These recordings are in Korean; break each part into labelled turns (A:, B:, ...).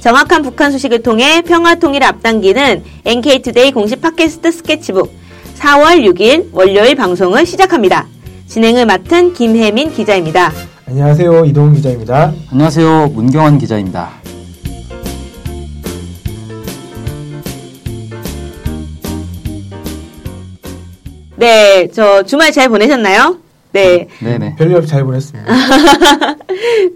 A: 정확한 북한 소식을 통해 평화 통일을 앞당기는 NK투데이 공식 팟캐스트 스케치북 4월 6일 월요일 방송을 시작합니다. 진행을 맡은 김혜민 기자입니다.
B: 안녕하세요. 이동훈 기자입니다.
C: 안녕하세요. 문경환 기자입니다.
A: 네, 저 주말 잘 보내셨나요? 네,
C: 네네.
B: 별일 없이 잘 보냈습니다.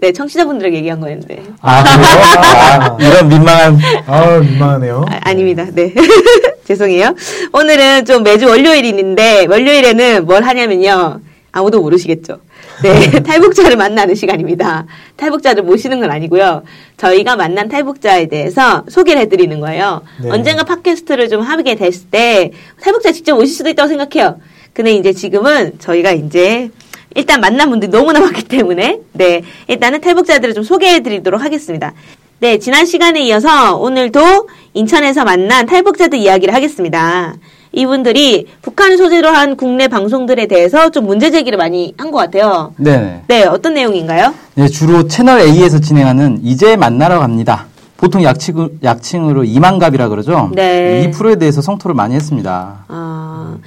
A: 네, 청취자분들에게 얘기한 거였는데.
C: 아,
B: 아,
C: 이런 민망한.
B: 아, 민망하네요.
A: 아, 아닙니다. 네. 죄송해요. 오늘은 좀 매주 월요일인데, 월요일에는 뭘 하냐면요. 아무도 모르시겠죠. 네. 탈북자를 만나는 시간입니다. 탈북자를 모시는 건 아니고요. 저희가 만난 탈북자에 대해서 소개를 해드리는 거예요.
B: 네.
A: 언젠가 팟캐스트를 좀 하게 됐을 때, 탈북자 직접 오실 수도 있다고 생각해요. 근데 이제 지금은 저희가 이제 일단 만난 분들이 너무나 많기 때문에 네 일단은 탈북자들을 좀 소개해드리도록 하겠습니다. 네 지난 시간에 이어서 오늘도 인천에서 만난 탈북자들 이야기를 하겠습니다. 이분들이 북한을 소재로 한 국내 방송들에 대해서 좀 문제 제기를 많이 한 것 같아요.
C: 네네.
A: 네 어떤 내용인가요?
C: 네, 주로 채널 A에서 진행하는 이제 만나러 갑니다. 보통 약칭, 약칭으로 이만갑이라 그러죠?
A: 네.
C: 이 프로에 대해서 성토를 많이 했습니다.
A: 아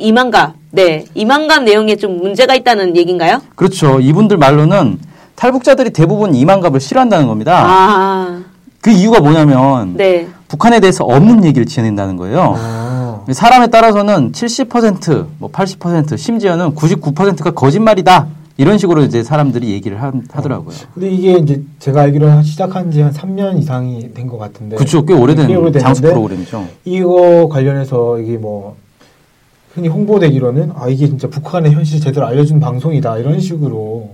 A: 이만감 네 이만감 내용에 좀 문제가 있다는 얘기인가요?
C: 그렇죠. 이분들 말로는 탈북자들이 대부분 이만갑을 싫어한다는 겁니다. 그 이유가 뭐냐면
A: 아. 아네아
C: 북한에 대해서 없는 얘기를 지어낸다는 거예요.
B: 아,
C: 사람에 따라서는 70%, 뭐 80%, 심지어는 99%가 거짓말이다. 이런 식으로 이제 사람들이 얘기를 하, 더라고요
B: 근데 이게 이제 제가 알기로 시작한 지 한 3년 이상이 된 것 같은데.
C: 그쵸, 꽤
B: 네. 꽤
C: 오래된
B: 오래됐는데
C: 장수 프로그램이죠.
B: 이거 관련해서 이게 뭐, 흔히 홍보되기로는, 아, 이게 진짜 북한의 현실 제대로 알려준 방송이다. 이런 식으로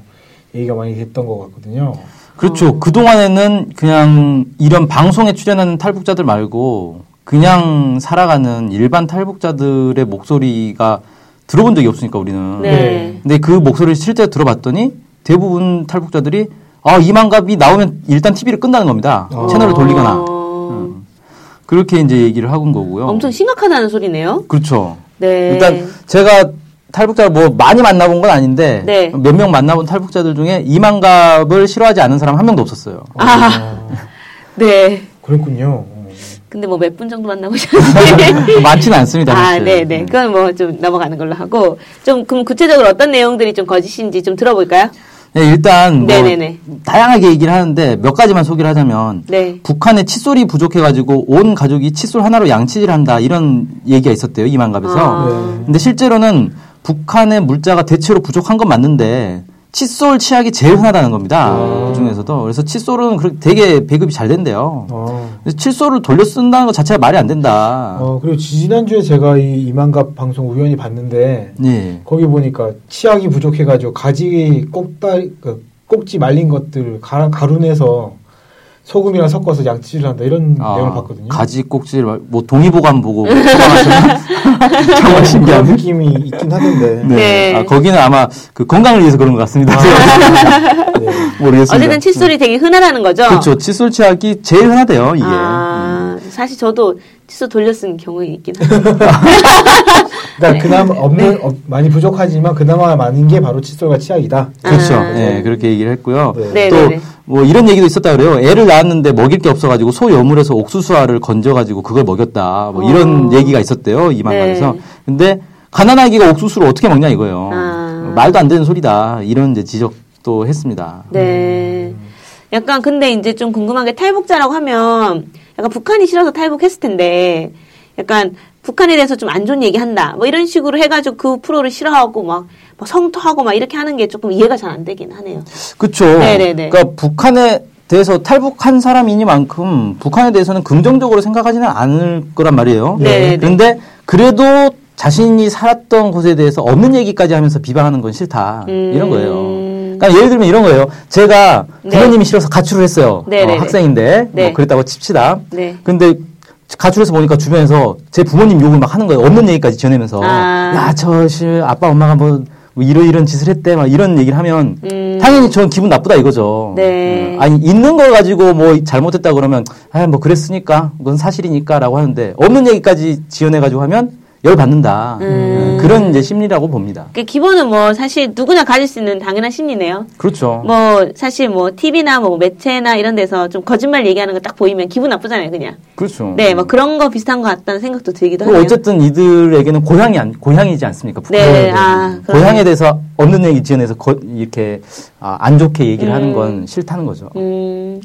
B: 얘기가 많이 됐던 것 같거든요.
C: 그렇죠.
B: 어.
C: 그동안에는 그냥 이런 방송에 출연하는 탈북자들 말고 그냥 살아가는 일반 탈북자들의 목소리가 들어본 적이 없으니까 우리는.
A: 네.
C: 근데 그 목소리를 실제 들어봤더니 대부분 탈북자들이 아, 이만갑이 나오면 일단 TV를 끈다는 겁니다.
B: 어.
C: 채널을 돌리거나.
A: 어,
C: 음. 그렇게 이제 얘기를 하고 온 거고요.
A: 음. 엄청 심각하다는 소리네요.
C: 그렇죠.
A: 네.
C: 일단 제가 탈북자를 뭐 많이 만나본 건 아닌데
A: 네.
C: 몇 명 만나본 탈북자들 중에 이만갑을 싫어하지 않는 사람 한 명도 없었어요.
B: 아.
A: 네.
B: 그랬군요. 어.
A: 근데 뭐 몇 분 정도
C: 아, 네.
A: 만나보셨는데.
C: 그 많지는 않습니다.
A: 아,
C: 사실.
A: 네, 네.
C: 음.
A: 그건 뭐 좀 넘어가는 걸로 하고 좀 그럼 구체적으로 어떤 내용들이 좀 거짓인지 좀 들어볼까요?
C: 네, 일단 뭐
A: 네네네.
C: 다양하게 얘기를 하는데 몇 가지만 소개를 하자면
A: 네.
C: 북한의 칫솔이 부족해가지고 온 가족이 칫솔 하나로 양치질한다 이런 얘기가 있었대요 이만갑에서.
A: 아.
B: 네.
C: 근데 실제로는 북한의 물자가 대체로 부족한 건 맞는데 칫솔 치약이 제일 흔하다는 겁니다.
B: 아.
C: 그 중에서도 그래서 칫솔은 그렇게 되게 배급이 잘 된대요.
B: 어.
C: 그래서 칫솔을 돌려 쓴다는 것 자체가 말이 안 된다.
B: 어, 그리고 지난주에 제가 이 이만갑 방송 우연히 봤는데,
C: 예.
B: 거기 보니까 치약이 부족해가지고 가지 꼭다리 그 꼭지 말린 것들 가, 가루내서 소금이랑 섞어서 양치질 한다 이런
C: 아,
B: 내용을 봤거든요.
C: 가지 꼭지를 말- 뭐 동의보감 보고 처방하시는- 정말
B: 그런
C: 신기한.
B: 느낌이 있긴 하던데.
C: 네.
A: 네.
C: 아, 거기는 아마 그 건강을 위해서 그런 것 같습니다.
B: 네.
C: 모르겠습니다. 음.
A: 어쨌든 칫솔이 되게 흔하다는 거죠.
C: 그렇죠. 예. 음. 칫솔 치약이 제일 흔하대요. 이게.
A: 아, 사실 저도 칫솔 돌려 쓴 경우에 있긴 한데. 네.
B: 그러니까 그나마 없는 없- 많이 부족하지만 그나마 많은 게 바로 칫솔과 치약이다.
C: 그렇죠.
A: 아.
C: 예, 그렇게 얘기를 했고요.
B: 네.
A: 네네네.
C: 또 뭐 이런 얘기도 있었다 그래요. 애를 낳았는데 먹일 게 없어가지고 소 여물에서 옥수수알을 건져가지고 그걸 먹였다. 뭐 이런
A: 어.
C: 얘기가 있었대요. 이 만화에서.
A: 네.
C: 근데 가난아기가 옥수수를 어떻게 먹냐 이거예요.
A: 아.
C: 말도 안 되는 소리다. 이런 이제 지적도 했습니다. 음.
A: 네. 약간 근데 이제 좀 궁금한 게 탈북자라고 하면 약간 북한이 싫어서 탈북했을 텐데 약간 북한에 대해서 좀 안 좋은 얘기 한다. 뭐 이런 식으로 해가지고 그 프로를 싫어하고 막, 막 성토하고 막 이렇게 하는 게 조금 이해가 잘 안 되긴 하네요.
C: 그렇죠.
A: 네네네.
C: 그러니까 북한에 대해서 탈북한 사람이니만큼 북한에 대해서는 긍정적으로 생각하지는 않을 거란 말이에요.
A: 네네네.
C: 그런데 그래도 자신이 살았던 곳에 대해서 없는 얘기까지 하면서 비방하는 건 싫다
A: 음.
C: 이런 거예요. 그러니까 예를 들면 이런 거예요. 제가
A: 네.
C: 부모님이 싫어서 가출을 했어요.
A: 네네네.
C: 어, 학생인데
A: 네.
C: 뭐 그랬다고 칩시다.
A: 네.
C: 근데 가출해서 보니까 주변에서 제 부모님 욕을 막 하는 거예요. 없는 얘기까지 전하면서
A: 아.
C: 야저 아빠 엄마가 뭐, 뭐 이런 이런 짓을 했대 막 이런 얘기를 하면
A: 음.
C: 당연히 저는 기분 나쁘다 이거죠.
A: 네.
C: 음. 아니 있는 걸 가지고 뭐 잘못했다 그러면 아 뭐 그랬으니까 그건 사실이니까라고 하는데 없는 얘기까지 지어내 가지고 하면 열 받는다.
A: 음.
C: 그런 이제 심리라고 봅니다.
A: 그 기본은 뭐 사실 누구나 가질 수 있는 당연한 심리네요.
C: 그렇죠.
A: 뭐 사실 뭐 TV나 뭐 매체나 이런 데서 좀 거짓말 얘기하는 거 딱 보이면 기분 나쁘잖아요, 그냥.
C: 그렇죠.
A: 네, 뭐 그런 거 비슷한 것 같다는 생각도 들기도
C: 그리고
A: 하네요.
C: 어쨌든 이들에게는 고향이 안, 고향이지 않습니까? 북한.
A: 네, 아, 그러네요.
C: 고향에 대해서 없는 얘기 지원해서 거- 이렇게 아, 안 좋게 얘기를
A: 음.
C: 하는 건 싫다는 거죠.
A: 음,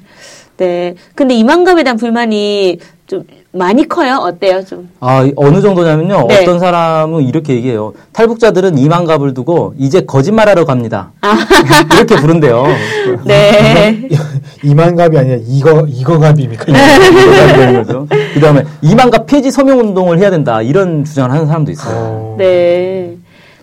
A: 네. 근데 이만감에 대한 불만이 좀 많이 커요. 어때요, 좀?
C: 아, 이- 어느 정도냐면요.
A: 네.
C: 어떤 사람은 이렇게 얘기해요. 탈북자들은 이만갑을 두고 이제 거짓말하러 갑니다.
A: 아.
C: 이렇게 부른대요.
A: 네.
B: 이만갑이 아니라 이거 이거갑입니까?
C: 그 다음에 이만갑 폐지 서명 운동을 해야 된다. 이런 주장을 하는 사람도
A: 아.
C: 있어요.
B: 어,
A: 네.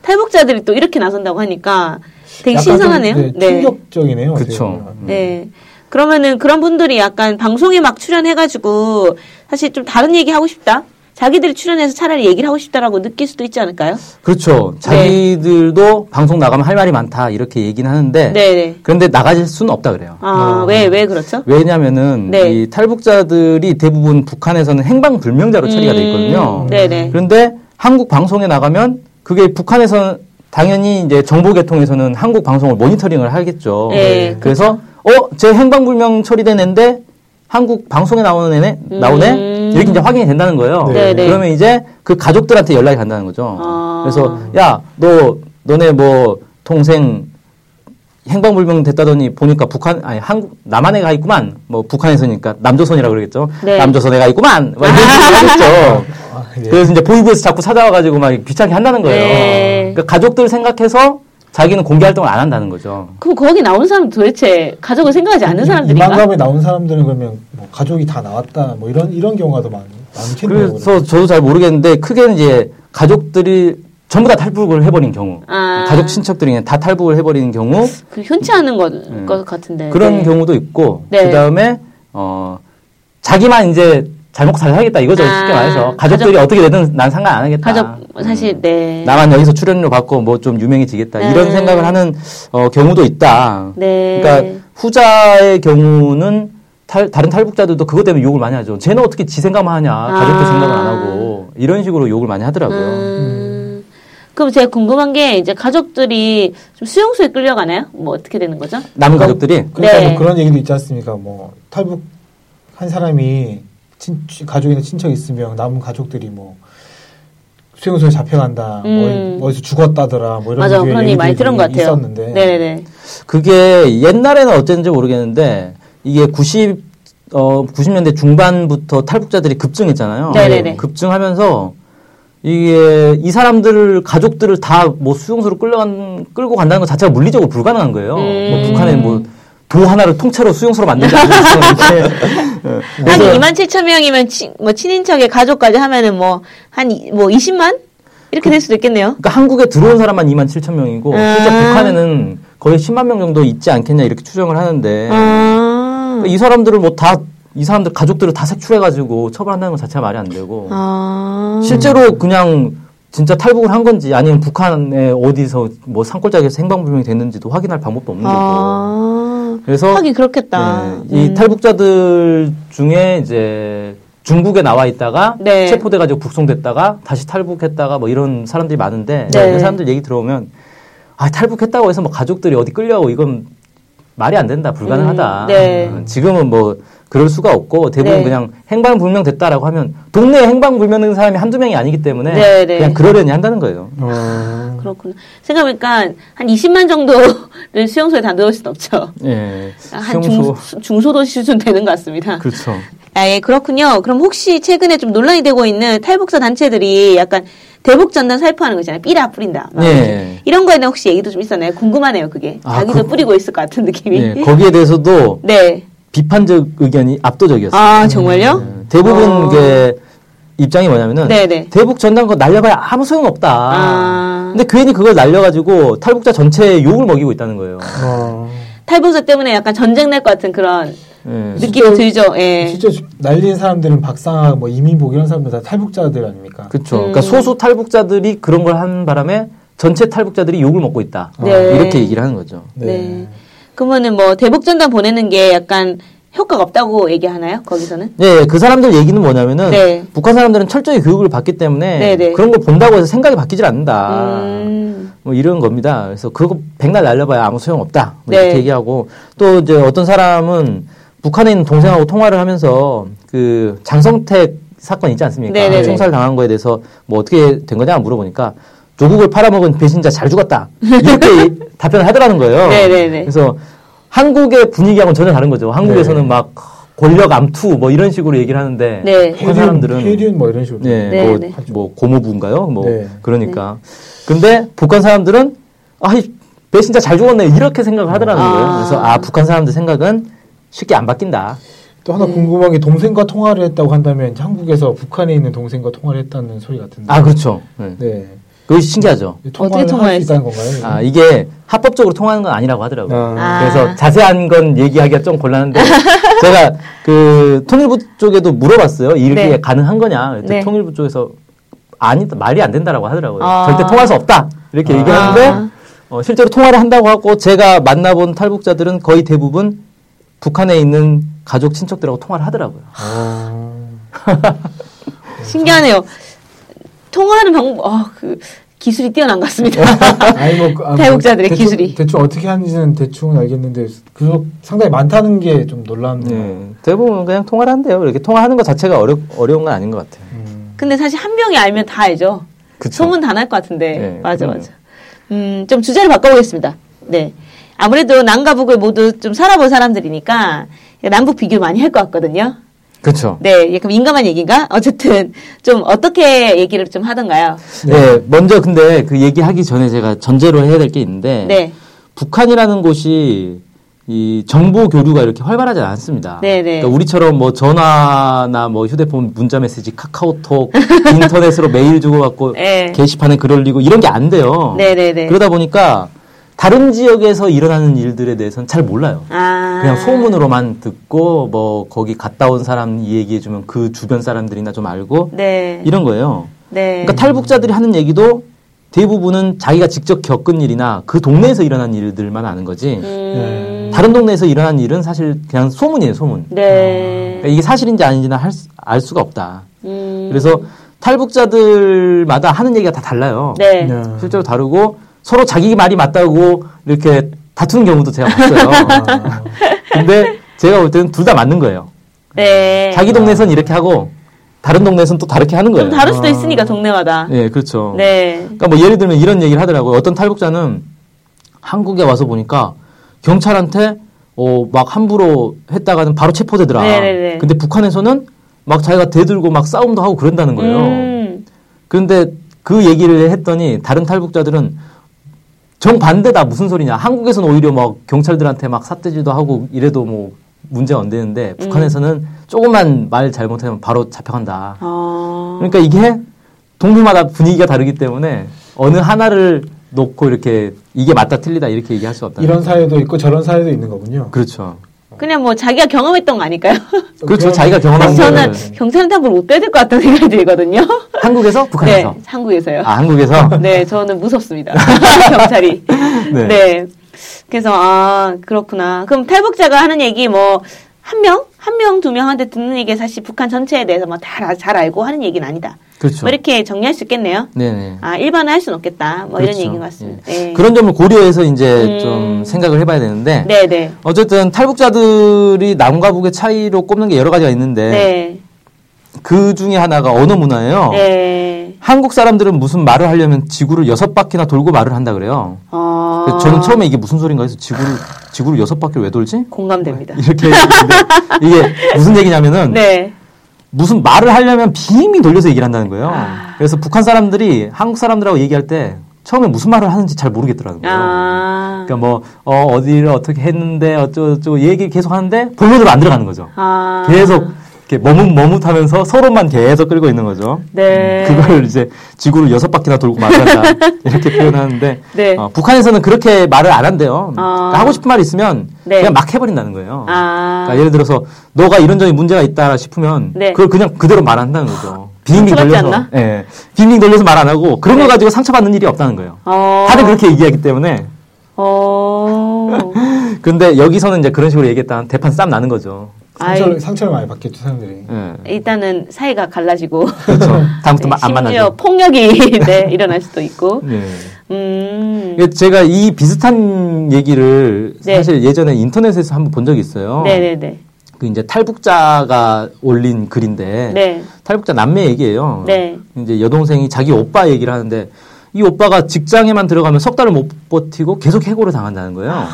A: 탈북자들이 또 이렇게 나선다고 하니까 되게
B: 약간 좀,
A: 신선하네요.
B: 네, 충격적이네요.
C: 그쵸.
B: 어떻게 보면.
A: 네. 그러면은 그런 분들이 약간 방송에 막 출연해가지고 사실 좀 다른 얘기 하고 싶다? 자기들이 출연해서 차라리 얘기를 하고 싶다라고 느낄 수도 있지 않을까요?
C: 그렇죠. 자기들도 방송 나가면 할 말이 많다. 이렇게 얘기는 하는데.
A: 네. 네.
C: 그런데 나가질 수는 없다 그래요.
A: 아,
B: 어.
A: 왜, 왜 그렇죠?
C: 왜냐면은
A: 네.
C: 이 탈북자들이 대부분 북한에서는 행방 불명자로 처리가 돼 있거든요.
A: 음, 네네.
C: 그런데 한국 방송에 나가면 그게 북한에서 당연히 이제 정보 계통에서는 한국 방송을 모니터링을 하겠죠.
A: 네,
C: 그래서 어, 제 행방 불명 처리된 애인데 한국 방송에 나오는 애네 나오네
A: 음.
C: 이렇게 이제 확인이 된다는 거예요.
B: 네,
A: 네.
C: 그러면 이제 그 가족들한테 연락이 간다는 거죠.
A: 아.
C: 그래서 야 너 너네 뭐 동생 행방불명 됐다더니 보니까 북한 아니 한국 남한에 가 있구만 뭐 북한에서니까 남조선이라 그러겠죠
A: 네.
C: 남조선에 가 있구만 막 이런 식으로 하겠죠
B: 아, 네.
C: 그래서 이제 보이브에서 자꾸 찾아와가지고 막 귀찮게 한다는 거예요
A: 네.
C: 그러니까 가족들 생각해서 자기는 공개 활동을 안 한다는 거죠
A: 그럼 거기 나오는 사람 도대체 가족을 생각하지 않는 사람들인가?
B: 이만감에 나온 사람들은 그러면 뭐 가족이 다 나왔다 뭐 이런 이런 경우가 더 많, 많겠네요.
C: 그래서 저도 잘 모르겠는데 크게는 이제 가족들이 전부 다 탈북을 해버린 경우
A: 아.
C: 가족 친척들이 그냥 다 탈북을 해버리는 경우
A: 그 현치 않은 것,
B: 음.
A: 것 같은데.
C: 그런
A: 네.
C: 경우도 있고
A: 네.
C: 그 다음에 어 자기만 이제 잘 먹고 잘 살겠다 이거죠
A: 아,
C: 쉽게 말해서
A: 가족-
C: 가족들이 어떻게 되든 난 상관 안 하겠다 음.
A: 가족, 사실, 네.
C: 나만 여기서 출연료 받고 뭐 좀 유명해지겠다
A: 네.
C: 이런 생각을 하는 어, 경우도 있다
A: 네.
C: 그러니까 후자의 경우는 탈- 다른 탈북자들도 그것 때문에 욕을 많이 하죠 쟤는 어떻게 지 생각만 하냐 가족들 생각을 안 하고 이런 식으로 욕을 많이 하더라고요
A: 아. 음. 그럼 제가 궁금한 게 이제 가족들이 좀 수용소에 끌려가나요? 뭐 어떻게 되는 거죠?
C: 남은 가족들이
B: 그러니까
A: 네.
B: 뭐 그런 얘기도 있지 않습니까? 뭐 탈북 한 사람이 친, 가족이나 친척 있으면 남은 가족들이 뭐 수용소에 잡혀간다,
A: 음.
B: 뭐 어디서 죽었다더라, 뭐 이런
A: 맞아,
B: 류의
A: 그런 얘기 많이
B: 얘기들이
A: 들은 것 같아요.
B: 있었는데
A: 네네네.
C: 그게 옛날에는 어땠는지 모르겠는데 이게 90 어, 90년대 중반부터 탈북자들이 급증했잖아요.
A: 네네네.
C: 급증하면서 이게 이 사람들을 가족들을 다 뭐 수용소로 끌려간 끌고 간다는 것 자체가 물리적으로 불가능한 거예요.
A: 음.
C: 뭐 북한에 뭐 도 하나를 통째로 수용소로 만든다 이렇게
A: 한 2만 7천 명이면 친, 뭐 친인척의 가족까지 하면은 뭐한뭐 뭐 20만 이렇게 될 수도 있겠네요.
C: 그러니까 한국에 들어온 사람만 2만 7천 명이고
A: 아.
C: 실제 북한에는 거의 10만 명 정도 있지 않겠냐 이렇게 추정을
A: 음.
C: 하는데
A: 아.
C: 그러니까 네. 이 사람들을 뭐 다, 이 사람들 가족들을 다 색출해가지고 처벌한다는 것 자체가 말이 안 되고.
A: 아.
C: 실제로 그냥 진짜 탈북을 한 건지 아니면 북한에 어디서 뭐 산골짜기에서 행방불명이 됐는지도 확인할 방법도 없는 거고.
A: 아.
C: 그래서
A: 하긴 그렇겠다.
C: 예, 이
A: 음.
C: 탈북자들 중에 이제 중국에 나와 있다가
A: 네.
C: 체포돼가지고 북송됐다가 다시 탈북했다가 뭐 이런 사람들이 많은데
A: 네.
C: 그 사람들 얘기 들어보면 아 탈북했다고 해서 뭐 가족들이 어디 끌려고 이건 말이 안 된다 불가능하다.
A: 음, 네.
C: 음, 지금은 뭐 그럴 수가 없고 대부분
A: 네.
C: 그냥 행방불명 됐다라고 하면 동네에 행방불명인 사람이 한두 명이 아니기 때문에
A: 네, 네.
C: 그냥 그러려니 한다는 거예요.
B: 어,
A: 그렇구나. 생각해보니까 한 20만 정도를 수용소에 다 넣을 순 없죠.
C: 예.
A: 한
C: 수용소.
A: 중, 수- 중소도시 수준 되는 것 같습니다.
C: 그렇죠.
A: 아, 예, 그렇군요. 그럼 혹시 최근에 좀 논란이 되고 있는 탈북자 단체들이 약간 대북 전단 살포하는 거잖아요. 삐라 뿌린다. 막
C: 예.
A: 이렇게. 이런 거에 대한 혹시 얘기도 좀 있었나요? 궁금하네요, 그게.
C: 아,
A: 자기도
C: 그-
A: 뿌리고 있을 것 같은 느낌이.
C: 예, 거기에 대해서도
A: 네.
C: 비판적 의견이 압도적이었어요.
A: 아, 정말요?
C: 대부분
A: 어.
C: 이게 입장이 뭐냐면은
A: 네네.
C: 대북 전단 거 날려봐야 아무 소용 없다.
A: 아.
C: 근데 괜히 그걸 날려가지고 탈북자 전체에 욕을 먹이고 있다는 거예요.
B: 어.
A: 탈북자 때문에 약간 전쟁 날 것 같은 그런
C: 예.
A: 느낌이 들죠. 예.
B: 실제 날린 사람들은 박상학, 뭐 이민복 이런 사람들 다 탈북자들 아닙니까?
A: 음.
C: 그렇죠. 그러니까 소수 탈북자들이 그런 걸 한 바람에 전체 탈북자들이 욕을 먹고 있다.
A: 네.
B: 네.
C: 이렇게 얘기를 하는 거죠.
A: 네. 그러면은 뭐 대북 전단 보내는 게 약간 효과가 없다고 얘기하나요? 거기서는?
C: 네, 그 사람들 얘기는 뭐냐면은
A: 네.
C: 북한 사람들은 철저히 교육을 받기 때문에
A: 네, 네.
C: 그런 걸 본다고 해서 생각이 바뀌질 않는다.
A: 음.
C: 뭐 이런 겁니다. 그래서 그거 백날 날려봐야 아무 소용 없다. 뭐
A: 네.
C: 이렇게 얘기하고 또 이제 어떤 사람은 북한에 있는 동생하고 통화를 하면서 그 장성택 사건 있지 않습니까?
A: 네, 네, 네.
C: 총살 당한 거에 대해서 뭐 어떻게 된 거냐 물어보니까 조국을 팔아먹은 배신자 잘 죽었다. 이렇게 답변을 하더라는 거예요.
A: 네, 네, 네.
C: 그래서 한국의 분위기하고는 전혀 다른 거죠. 한국에서는
B: 네.
C: 막 권력 암투 뭐 이런 식으로 얘기를 하는데
A: 네.
C: 그 사람들은
B: 폐륜 뭐 이런 식으로.
C: 네,
A: 네,
C: 뭐,
A: 네.
C: 뭐 고모부인가요? 뭐
B: 네.
C: 그러니까. 근데 북한 사람들은 아이 배신자 잘 죽었네 이렇게 생각을 하더라는
A: 아.
C: 거예요. 그래서 아 북한 사람들 생각은 쉽게 안 바뀐다.
B: 또
A: 네.
B: 하나 궁금한 게 동생과 통화를 했다고 한다면 이제 한국에서 북한에 있는 동생과 통화를 했다는 소리 같은데.
C: 아 그렇죠. 네.
B: 네.
C: 그것이 신기하죠.
A: 어떻게
B: 통화를 할수
A: 통화했어?
B: 있다는 건가요?
C: 아 이게 합법적으로 통하는 건 아니라고 하더라고요.
B: 아.
C: 그래서 자세한 건 얘기하기가 좀 곤란한데 제가 그 통일부 쪽에도 물어봤어요. 이게
A: 네.
C: 가능한 거냐? 그랬더니
A: 네.
C: 통일부 쪽에서 아니 말이 안 된다라고 하더라고요.
A: 아.
C: 절대 통할 수 없다 이렇게
B: 아.
C: 얘기하는데 어, 실제로 통화를 한다고 하고 제가 만나본 탈북자들은 거의 대부분 북한에 있는 가족 친척들하고 통화를 하더라고요.
B: 아.
A: 신기하네요. 통화하는 방법, 어, 그, 기술이 뛰어난 것 같습니다.
B: 아니 뭐, 그- 아, 뭐
A: 대북자들의
B: 대충-
A: 기술이.
B: 대충 어떻게 하는지는 대충은 알겠는데 그 상당히 많다는 게 좀 놀랍네요.
C: 네. 대부분 그냥 통화를 한대요. 이렇게 통화하는 것 자체가 어려, 어려운 건 아닌 것 같아요.
B: 음.
A: 근데 사실 한 명이 알면 다 알죠.
C: 그쵸.
A: 소문 다 날 것 같은데.
C: 네,
A: 맞아,
C: 그럼요.
A: 맞아. 음, 좀 주제를 바꿔보겠습니다. 네. 아무래도 남과 북을 모두 좀 살아본 사람들이니까 남북 비교 많이 할 것 같거든요.
C: 그렇죠.
A: 네, 약간 민감한 얘기인가? 어쨌든 좀 어떻게 얘기를 좀 하던가요?
C: 네. 먼저 근데 그 얘기하기 전에 제가 전제로 해야 될 게 있는데
A: 네,
C: 북한이라는 곳이 이 정보 교류가 이렇게 활발하지 않습니다.
A: 네네.
C: 그러니까 우리처럼 뭐 전화나 뭐 휴대폰 문자 메시지, 카카오톡, 인터넷으로 메일 주고받고
A: 네.
C: 게시판에 글 올리고 이런 게 안 돼요.
A: 네네네.
C: 그러다 보니까 다른 지역에서 일어나는 일들에 대해서는 잘 몰라요.
A: 아.
C: 그냥 소문으로만 듣고 뭐 거기 갔다 온 사람 얘기해주면 그 주변 사람들이나 좀 알고
A: 네.
C: 이런 거예요.
A: 네.
C: 그러니까 탈북자들이 하는 얘기도 대부분은 자기가 직접 겪은 일이나 그 동네에서 일어난 일들만 아는 거지
A: 음.
C: 다른 동네에서 일어난 일은 사실 그냥 소문이에요 소문
A: 네.
C: 그러니까 이게 사실인지 아닌지는 할 수- 알 수가 없다
A: 음.
C: 그래서 탈북자들마다 하는 얘기가 다 달라요
A: 네.
B: 네.
C: 실제로 다르고 서로 자기 말이 맞다고 이렇게 다투는 경우도 제가 봤어요
B: 아.
C: 근데 제가 볼 때는 둘 다 맞는 거예요
A: 네.
C: 자기 동네에선 이렇게 하고 다른 동네에선 또 다르게 하는
A: 좀
C: 거예요
A: 다를 수도
B: 아.
A: 있으니까 동네마다.
C: 네 그렇죠
A: 네.
C: 그러니까 뭐 예를 들면 이런 얘기를 하더라고요. 어떤 탈북자는 한국에 와서 보니까 경찰한테 어, 막 함부로 했다가는 바로 체포되더라.
A: 네네네.
C: 근데 북한에서는 막 자기가 대들고 막 싸움도 하고 그런다는 거예요.
A: 음.
C: 그런데 그 얘기를 했더니 다른 탈북자들은 정반대다 무슨 소리냐. 한국에서는 오히려 막 경찰들한테 막 삿대질도 하고 이래도 뭐 문제 안 되는데 북한에서는
A: 음.
C: 조금만 말 잘못하면 바로 잡혀간다.
A: 어.
C: 그러니까 이게 동네마다 분위기가 다르기 때문에 어느 하나를 놓고 이렇게 이게 맞다 틀리다 이렇게 얘기할 수 없다.
B: 이런 사례도 있고 저런 사례도 있는 거군요.
C: 그렇죠.
A: 그냥 뭐 자기가 경험했던 거 아닐까요?
C: 그렇죠.
B: 그럼-
C: 자기가 경험한
B: 그럼
A: 저는
C: 거를
B: 네.
A: 경찰한테 한번 못 빼야 될 것 같다는 생각이 들거든요.
C: 한국에서 북한에서
A: 네. 한국에서요.
C: 아 한국에서
A: 네, 저는 무섭습니다. 경찰이. 네.
C: 네.
A: 그래서, 아, 그렇구나. 그럼 탈북자가 하는 얘기 뭐, 한 명? 한 명, 두 명한테 듣는 얘기 사실 북한 전체에 대해서 뭐다잘 잘 알고 하는 얘기는 아니다.
C: 그렇죠.
A: 뭐 이렇게 정리할 수 있겠네요.
C: 네네.
A: 아, 일반화 할 수는 없겠다. 뭐
C: 그렇죠.
A: 이런 얘기인 것 같습니다.
C: 예.
A: 네.
C: 그런 점을 고려해서 이제
A: 음.
C: 좀 생각을 해봐야 되는데
A: 네, 네.
C: 어쨌든 탈북자들이 남과 북의 차이로 꼽는 게 여러 가지가 있는데
A: 네.
C: 그 중에 하나가 언어 문화예요.
A: 네.
C: 한국 사람들은 무슨 말을 하려면 지구를 여섯 바퀴나 돌고 말을 한다 그래요.
A: 어.
C: 그래서 저는 처음에 이게 무슨 소린가 해서 지구를 지구를 여섯 바퀴를 왜 돌지?
A: 공감됩니다.
C: 이렇게 얘기했는데 아, 이게 무슨 얘기냐면은
A: 네.
C: 무슨 말을 하려면 빙빙 돌려서 얘기를 한다는 거예요.
A: 아.
C: 그래서 북한 사람들이 한국 사람들하고 얘기할 때 처음에 무슨 말을 하는지 잘 모르겠더라는 거예요.
A: 아.
C: 어. 그러니까 뭐 어, 어디를 어떻게 했는데 어쩌고저쩌고 얘기 계속 하는데 본론으로 안 들어가는 거죠.
A: 아.
C: 계속 이렇게 머뭇머뭇하면서 서로만 계속 끌고 있는 거죠. 음,
A: 네.
C: 그걸 이제 지구를 여섯 바퀴나 돌고 말한다 이렇게 표현하는데
A: 네. 아.
C: 어, 북한에서는 그렇게 말을 안 한대요. 그러니까 하고 싶은 말이 있으면
A: 네.
C: 그냥 막 해버린다는 거예요.
A: 아.
C: 그러니까 예를 들어서 너가 이런저런 문제가 있다 싶으면
A: 네.
C: 그걸 그냥 그대로 말한다는 거죠. 빙빙
A: 상처받지
C: 돌려서
A: 않나? 네.
C: 예, 빙빙 돌려서 말 안 하고 그런 걸 가지고 상처받는 일이 없다는 거예요.
A: 어.
C: 다들 그렇게 얘기하기 때문에
A: 어.
C: 근데 여기서는 이제 그런 식으로 얘기했다 대판 싸움 나는 거죠.
B: 상처를, 상처를 많이 받겠죠, 사람들이.
C: 예.
A: 일단은 사이가 갈라지고
C: 그렇죠. 다음부터
A: 네,
C: 안
A: 심지어
C: 만나죠.
A: 폭력이 네, 일어날 수도 있고.
C: 예.
A: 음.
C: 예, 제가 이 비슷한 얘기를
A: 네.
C: 사실 예전에 인터넷에서 한번 본 적이 있어요.
A: 네네네.
C: 그 이제 탈북자가 올린 글인데
A: 네.
C: 탈북자 남매 얘기예요.
A: 네.
C: 이제 여동생이 자기 오빠 얘기를 하는데 이 오빠가 직장에만 들어가면 석 달을 못 버티고 계속 해고를 당한다는
A: 아.
C: 거예요.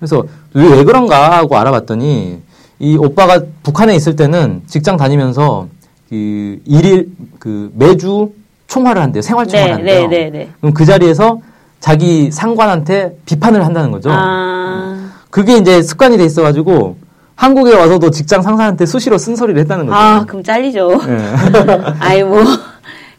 C: 그래서 왜, 왜 그런가 하고 알아봤더니 이 오빠가 북한에 있을 때는 직장 다니면서 그 일일 그 매주 총화를 한대요. 생활 총화를
A: 네,
C: 한대요.
A: 네, 네, 네.
C: 그럼 그 자리에서 자기 상관한테 비판을 한다는 거죠. 음.
A: 아,
C: 그게 이제 습관이 돼 있어가지고 한국에 와서도 직장 상사한테 수시로 쓴소리를 했다는 거죠.
A: 아, 그럼 잘리죠.
C: 예.
A: 아이, 뭐,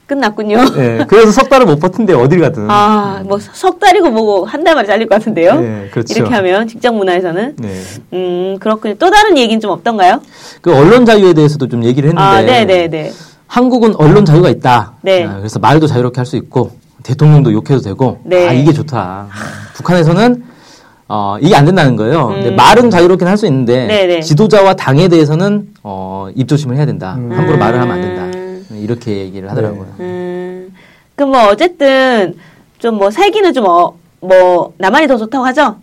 A: 끝났군요.
C: 예, 그래서 석 달을 못 버틴대 어딜 가든.
A: 아, 뭐 석 달이고 뭐고 한 달 만에 잘릴 것 같은데요.
C: 네, 그렇죠.
A: 이렇게 하면 직장 문화에서는
C: 네.
A: 음 그렇군요. 또 다른 얘기는 좀 없던가요?
C: 그 언론 자유에 대해서도 좀 얘기를 했는데
A: 아, 네, 네, 네.
C: 한국은 언론 자유가 있다.
A: 네.
C: 아, 그래서 말도 자유롭게 할 수 있고 대통령도 욕해도 되고
A: 네.
C: 아 이게 좋다. 북한에서는 어, 이게 안 된다는 거예요. 근데
A: 음.
C: 말은 자유롭게 할 수 있는데
A: 네, 네.
C: 지도자와 당에 대해서는 어, 입조심을 해야 된다.
B: 음.
C: 함부로 말을 하면 안
A: 음.
C: 된다. 이렇게 얘기를 하더라고요.
A: 음, 그럼 뭐 어쨌든 좀 뭐 살기는 좀 어 뭐 나만이 더 좋다고 하죠.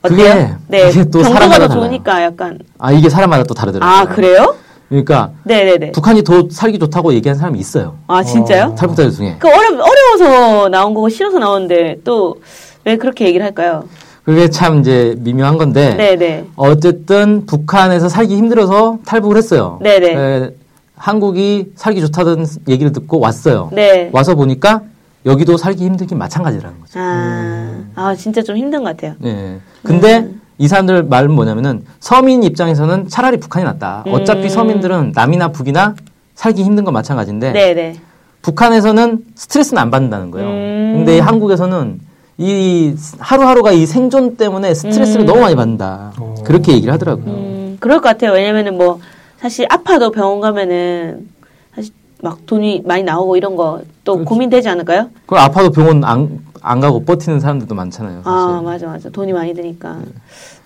A: 어때요?
C: 그게-
A: 네,
C: 그게 또
A: 정도가
C: 사람마다
A: 더
C: 달라요.
A: 좋으니까 약간
C: 아 이게 사람마다 또 다르더라고요.
A: 아 그래요?
C: 그러니까
A: 네, 네, 네.
C: 북한이 더 살기 좋다고 얘기한 사람이 있어요.
A: 아 진짜요?
B: 어.
C: 탈북자들 중에.
A: 그 어려 어려워서 나온 거고 싫어서 나오는데 또 왜 그렇게 얘기를 할까요?
C: 그게 참 이제 미묘한 건데
A: 네, 네.
C: 어쨌든 북한에서 살기 힘들어서 탈북을 했어요.
A: 네네.
C: 에, 한국이 살기 좋다는 얘기를 듣고 왔어요.
A: 네.
C: 와서 보니까 여기도 살기 힘들긴 마찬가지라는 거죠.
A: 아,
C: 음.
A: 아 진짜 좀 힘든 것 같아요.
C: 예. 근데
A: 네.
C: 이 사람들 말은 뭐냐면은 서민 입장에서는 차라리 북한이 낫다. 어차피
A: 음.
C: 서민들은 남이나 북이나 살기 힘든 건 마찬가지인데
A: 네, 네.
C: 북한에서는 스트레스는 안 받는다는 거예요.
A: 음.
C: 근데 한국에서는 이 하루하루가 이 생존 때문에 스트레스를 너무 많이 받는다.
B: 어.
C: 그렇게 얘기를 하더라고요.
A: 음, 그럴 것 같아요. 왜냐면은 뭐, 사실 아파도 병원 가면은, 사실 막 돈이 많이 나오고 이런 거 또
C: 그렇죠.
A: 고민되지 않을까요?
C: 그 아파도 병원 안, 안 가고 버티는 사람들도 많잖아요. 네. 사실.
A: 아, 맞아, 맞아. 돈이 많이 드니까.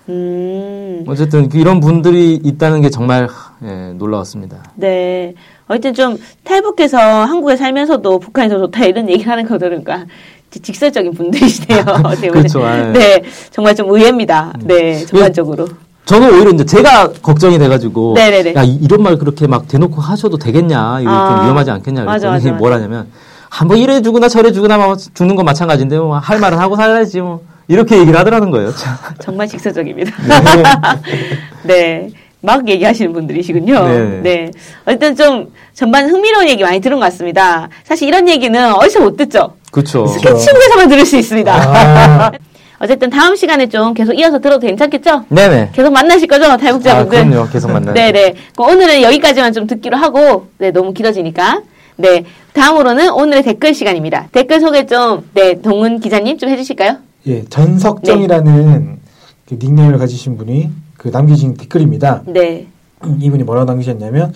A: 음,
C: 어쨌든 그 이런 분들이 있다는 게 정말 예, 놀라웠습니다.
A: 네. 어쨌든 좀 탈북해서 한국에 살면서도 북한이 더 좋다 이런 얘기를 하는 거 들으니까 이제 직설적인 분들이시네요. 어떻게 보면.
C: 그렇죠. 아, 음. 예.
A: 네. 정말 좀 의외입니다. 네. 전반적으로.
C: 저는 오히려 이제 제가 걱정이 돼가지고
A: 네네네.
C: 야 이- 이런 말 그렇게 막 대놓고 하셔도 되겠냐 이거
A: 아.
C: 좀 위험하지 않겠냐
A: 맞아,
C: 그랬더니
A: 맞아,
C: 뭘 하냐면 한번 이래 주거나 저래 주거나 뭐 죽는 건 마찬가지인데 뭐 할 말은 하고 살아야지 뭐 이렇게 얘기를 하더라는 거예요. 참.
A: 정말 직설적입니다. 네. 막 얘기하시는 분들이시군요.
C: 네.
A: 네. 어쨌든 좀 전반 흥미로운 얘기 많이 들은 것 같습니다. 사실 이런 얘기는 어디서 못 듣죠?
C: 그렇죠.
A: 스케치북에서만 들을 수 있습니다.
B: 아,
A: 어쨌든 다음 시간에 좀 계속 이어서 들어도 괜찮겠죠?
C: 네네.
A: 계속 만나실 거죠?
C: 아,
A: 탈북자분들.
C: 그럼요. 계속 만나요.
A: 네네. 그럼 오늘은 여기까지만 좀 듣기로 하고, 네, 너무 길어지니까. 네. 다음으로는 오늘의 댓글 시간입니다. 댓글 소개 좀, 네, 동훈 기자님 좀 해주실까요?
B: 예, 전석정이라는
A: 네.
B: 그 닉네임을 가지신 분이 그 남기신 댓글입니다.
A: 네.
B: 이분이 뭐라고 남기셨냐면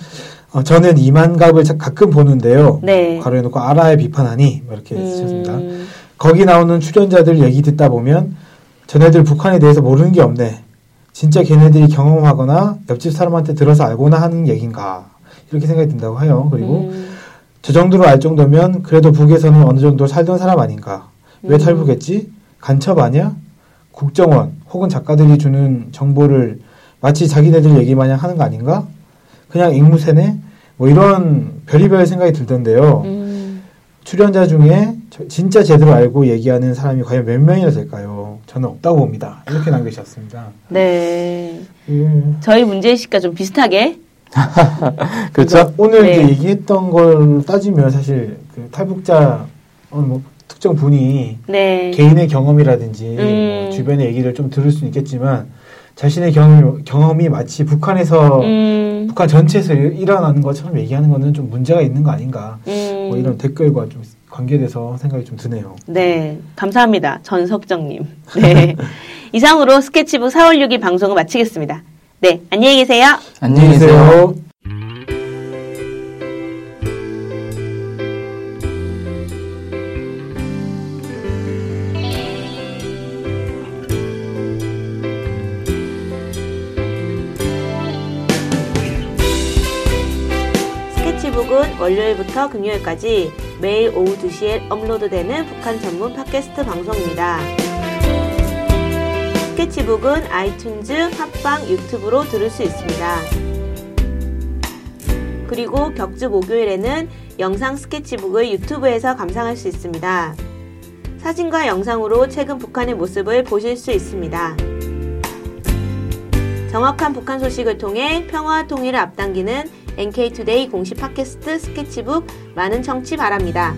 B: 어, 저는 이만갑을 자- 가끔 보는데요.
A: 네.
B: 가로해놓고 아라에 비판하니 뭐 이렇게 쓰셨습니다.
A: 음.
B: 거기 나오는 출연자들 얘기 듣다 보면 전애들 북한에 대해서 모르는 게 없네. 진짜 걔네들이 경험하거나 옆집 사람한테 들어서 알고나 하는 얘긴가 이렇게 생각이 든다고 해요. 그리고
A: 음.
B: 저 정도로 알 정도면 그래도 북에서는 어느 정도 살던 사람 아닌가. 왜
A: 음.
B: 탈북했지? 간첩 아니야? 국정원 혹은 작가들이 주는 정보를 마치 자기네들 얘기 마냥 하는 거 아닌가? 그냥 앵무새네? 뭐 이런 별의별 생각이 들던데요.
A: 음.
B: 출연자 중에 저- 진짜 제대로 알고 얘기하는 사람이 과연 몇 명이나 될까요? 저는 없다고 봅니다. 이렇게 남기셨습니다.
A: 네.
B: 음.
A: 저희 문제의식과 좀 비슷하게.
C: 그렇죠.
B: 그러니까 오늘
A: 네.
B: 이제 얘기했던 걸 따지면 사실 그 탈북자 어, 뭐 특정 분이
A: 네.
B: 개인의 경험이라든지
A: 음.
B: 뭐 주변의 얘기를 좀 들을 수는 있겠지만 자신의 경험이, 경험이 마치 북한에서
A: 음.
B: 북한 전체에서 일- 일어나는 것처럼 얘기하는 거는 좀 문제가 있는 거 아닌가
A: 음.
B: 뭐 이런 댓글과 좀 관계돼서 생각이 좀 드네요.
A: 네. 감사합니다. 전석정님. 네. 이상으로 스케치북 4월 6일 방송을 마치겠습니다. 네. 안녕히 계세요.
C: 안녕히 계세요.
A: 탈북은 월요일부터 금요일까지 매일 오후 2시에 업로드되는 북한 전문 팟캐스트 방송입니다. 스케치북은 아이튠즈, 팟빵, 유튜브로 들을 수 있습니다. 그리고 격주 목요일에는 영상 스케치북을 유튜브에서 감상할 수 있습니다. 사진과 영상으로 최근 북한의 모습을 보실 수 있습니다. 정확한 북한 소식을 통해 평화와 통일을 앞당기는 NK투데이 공식 팟캐스트 스케치북 많은 청취 바랍니다.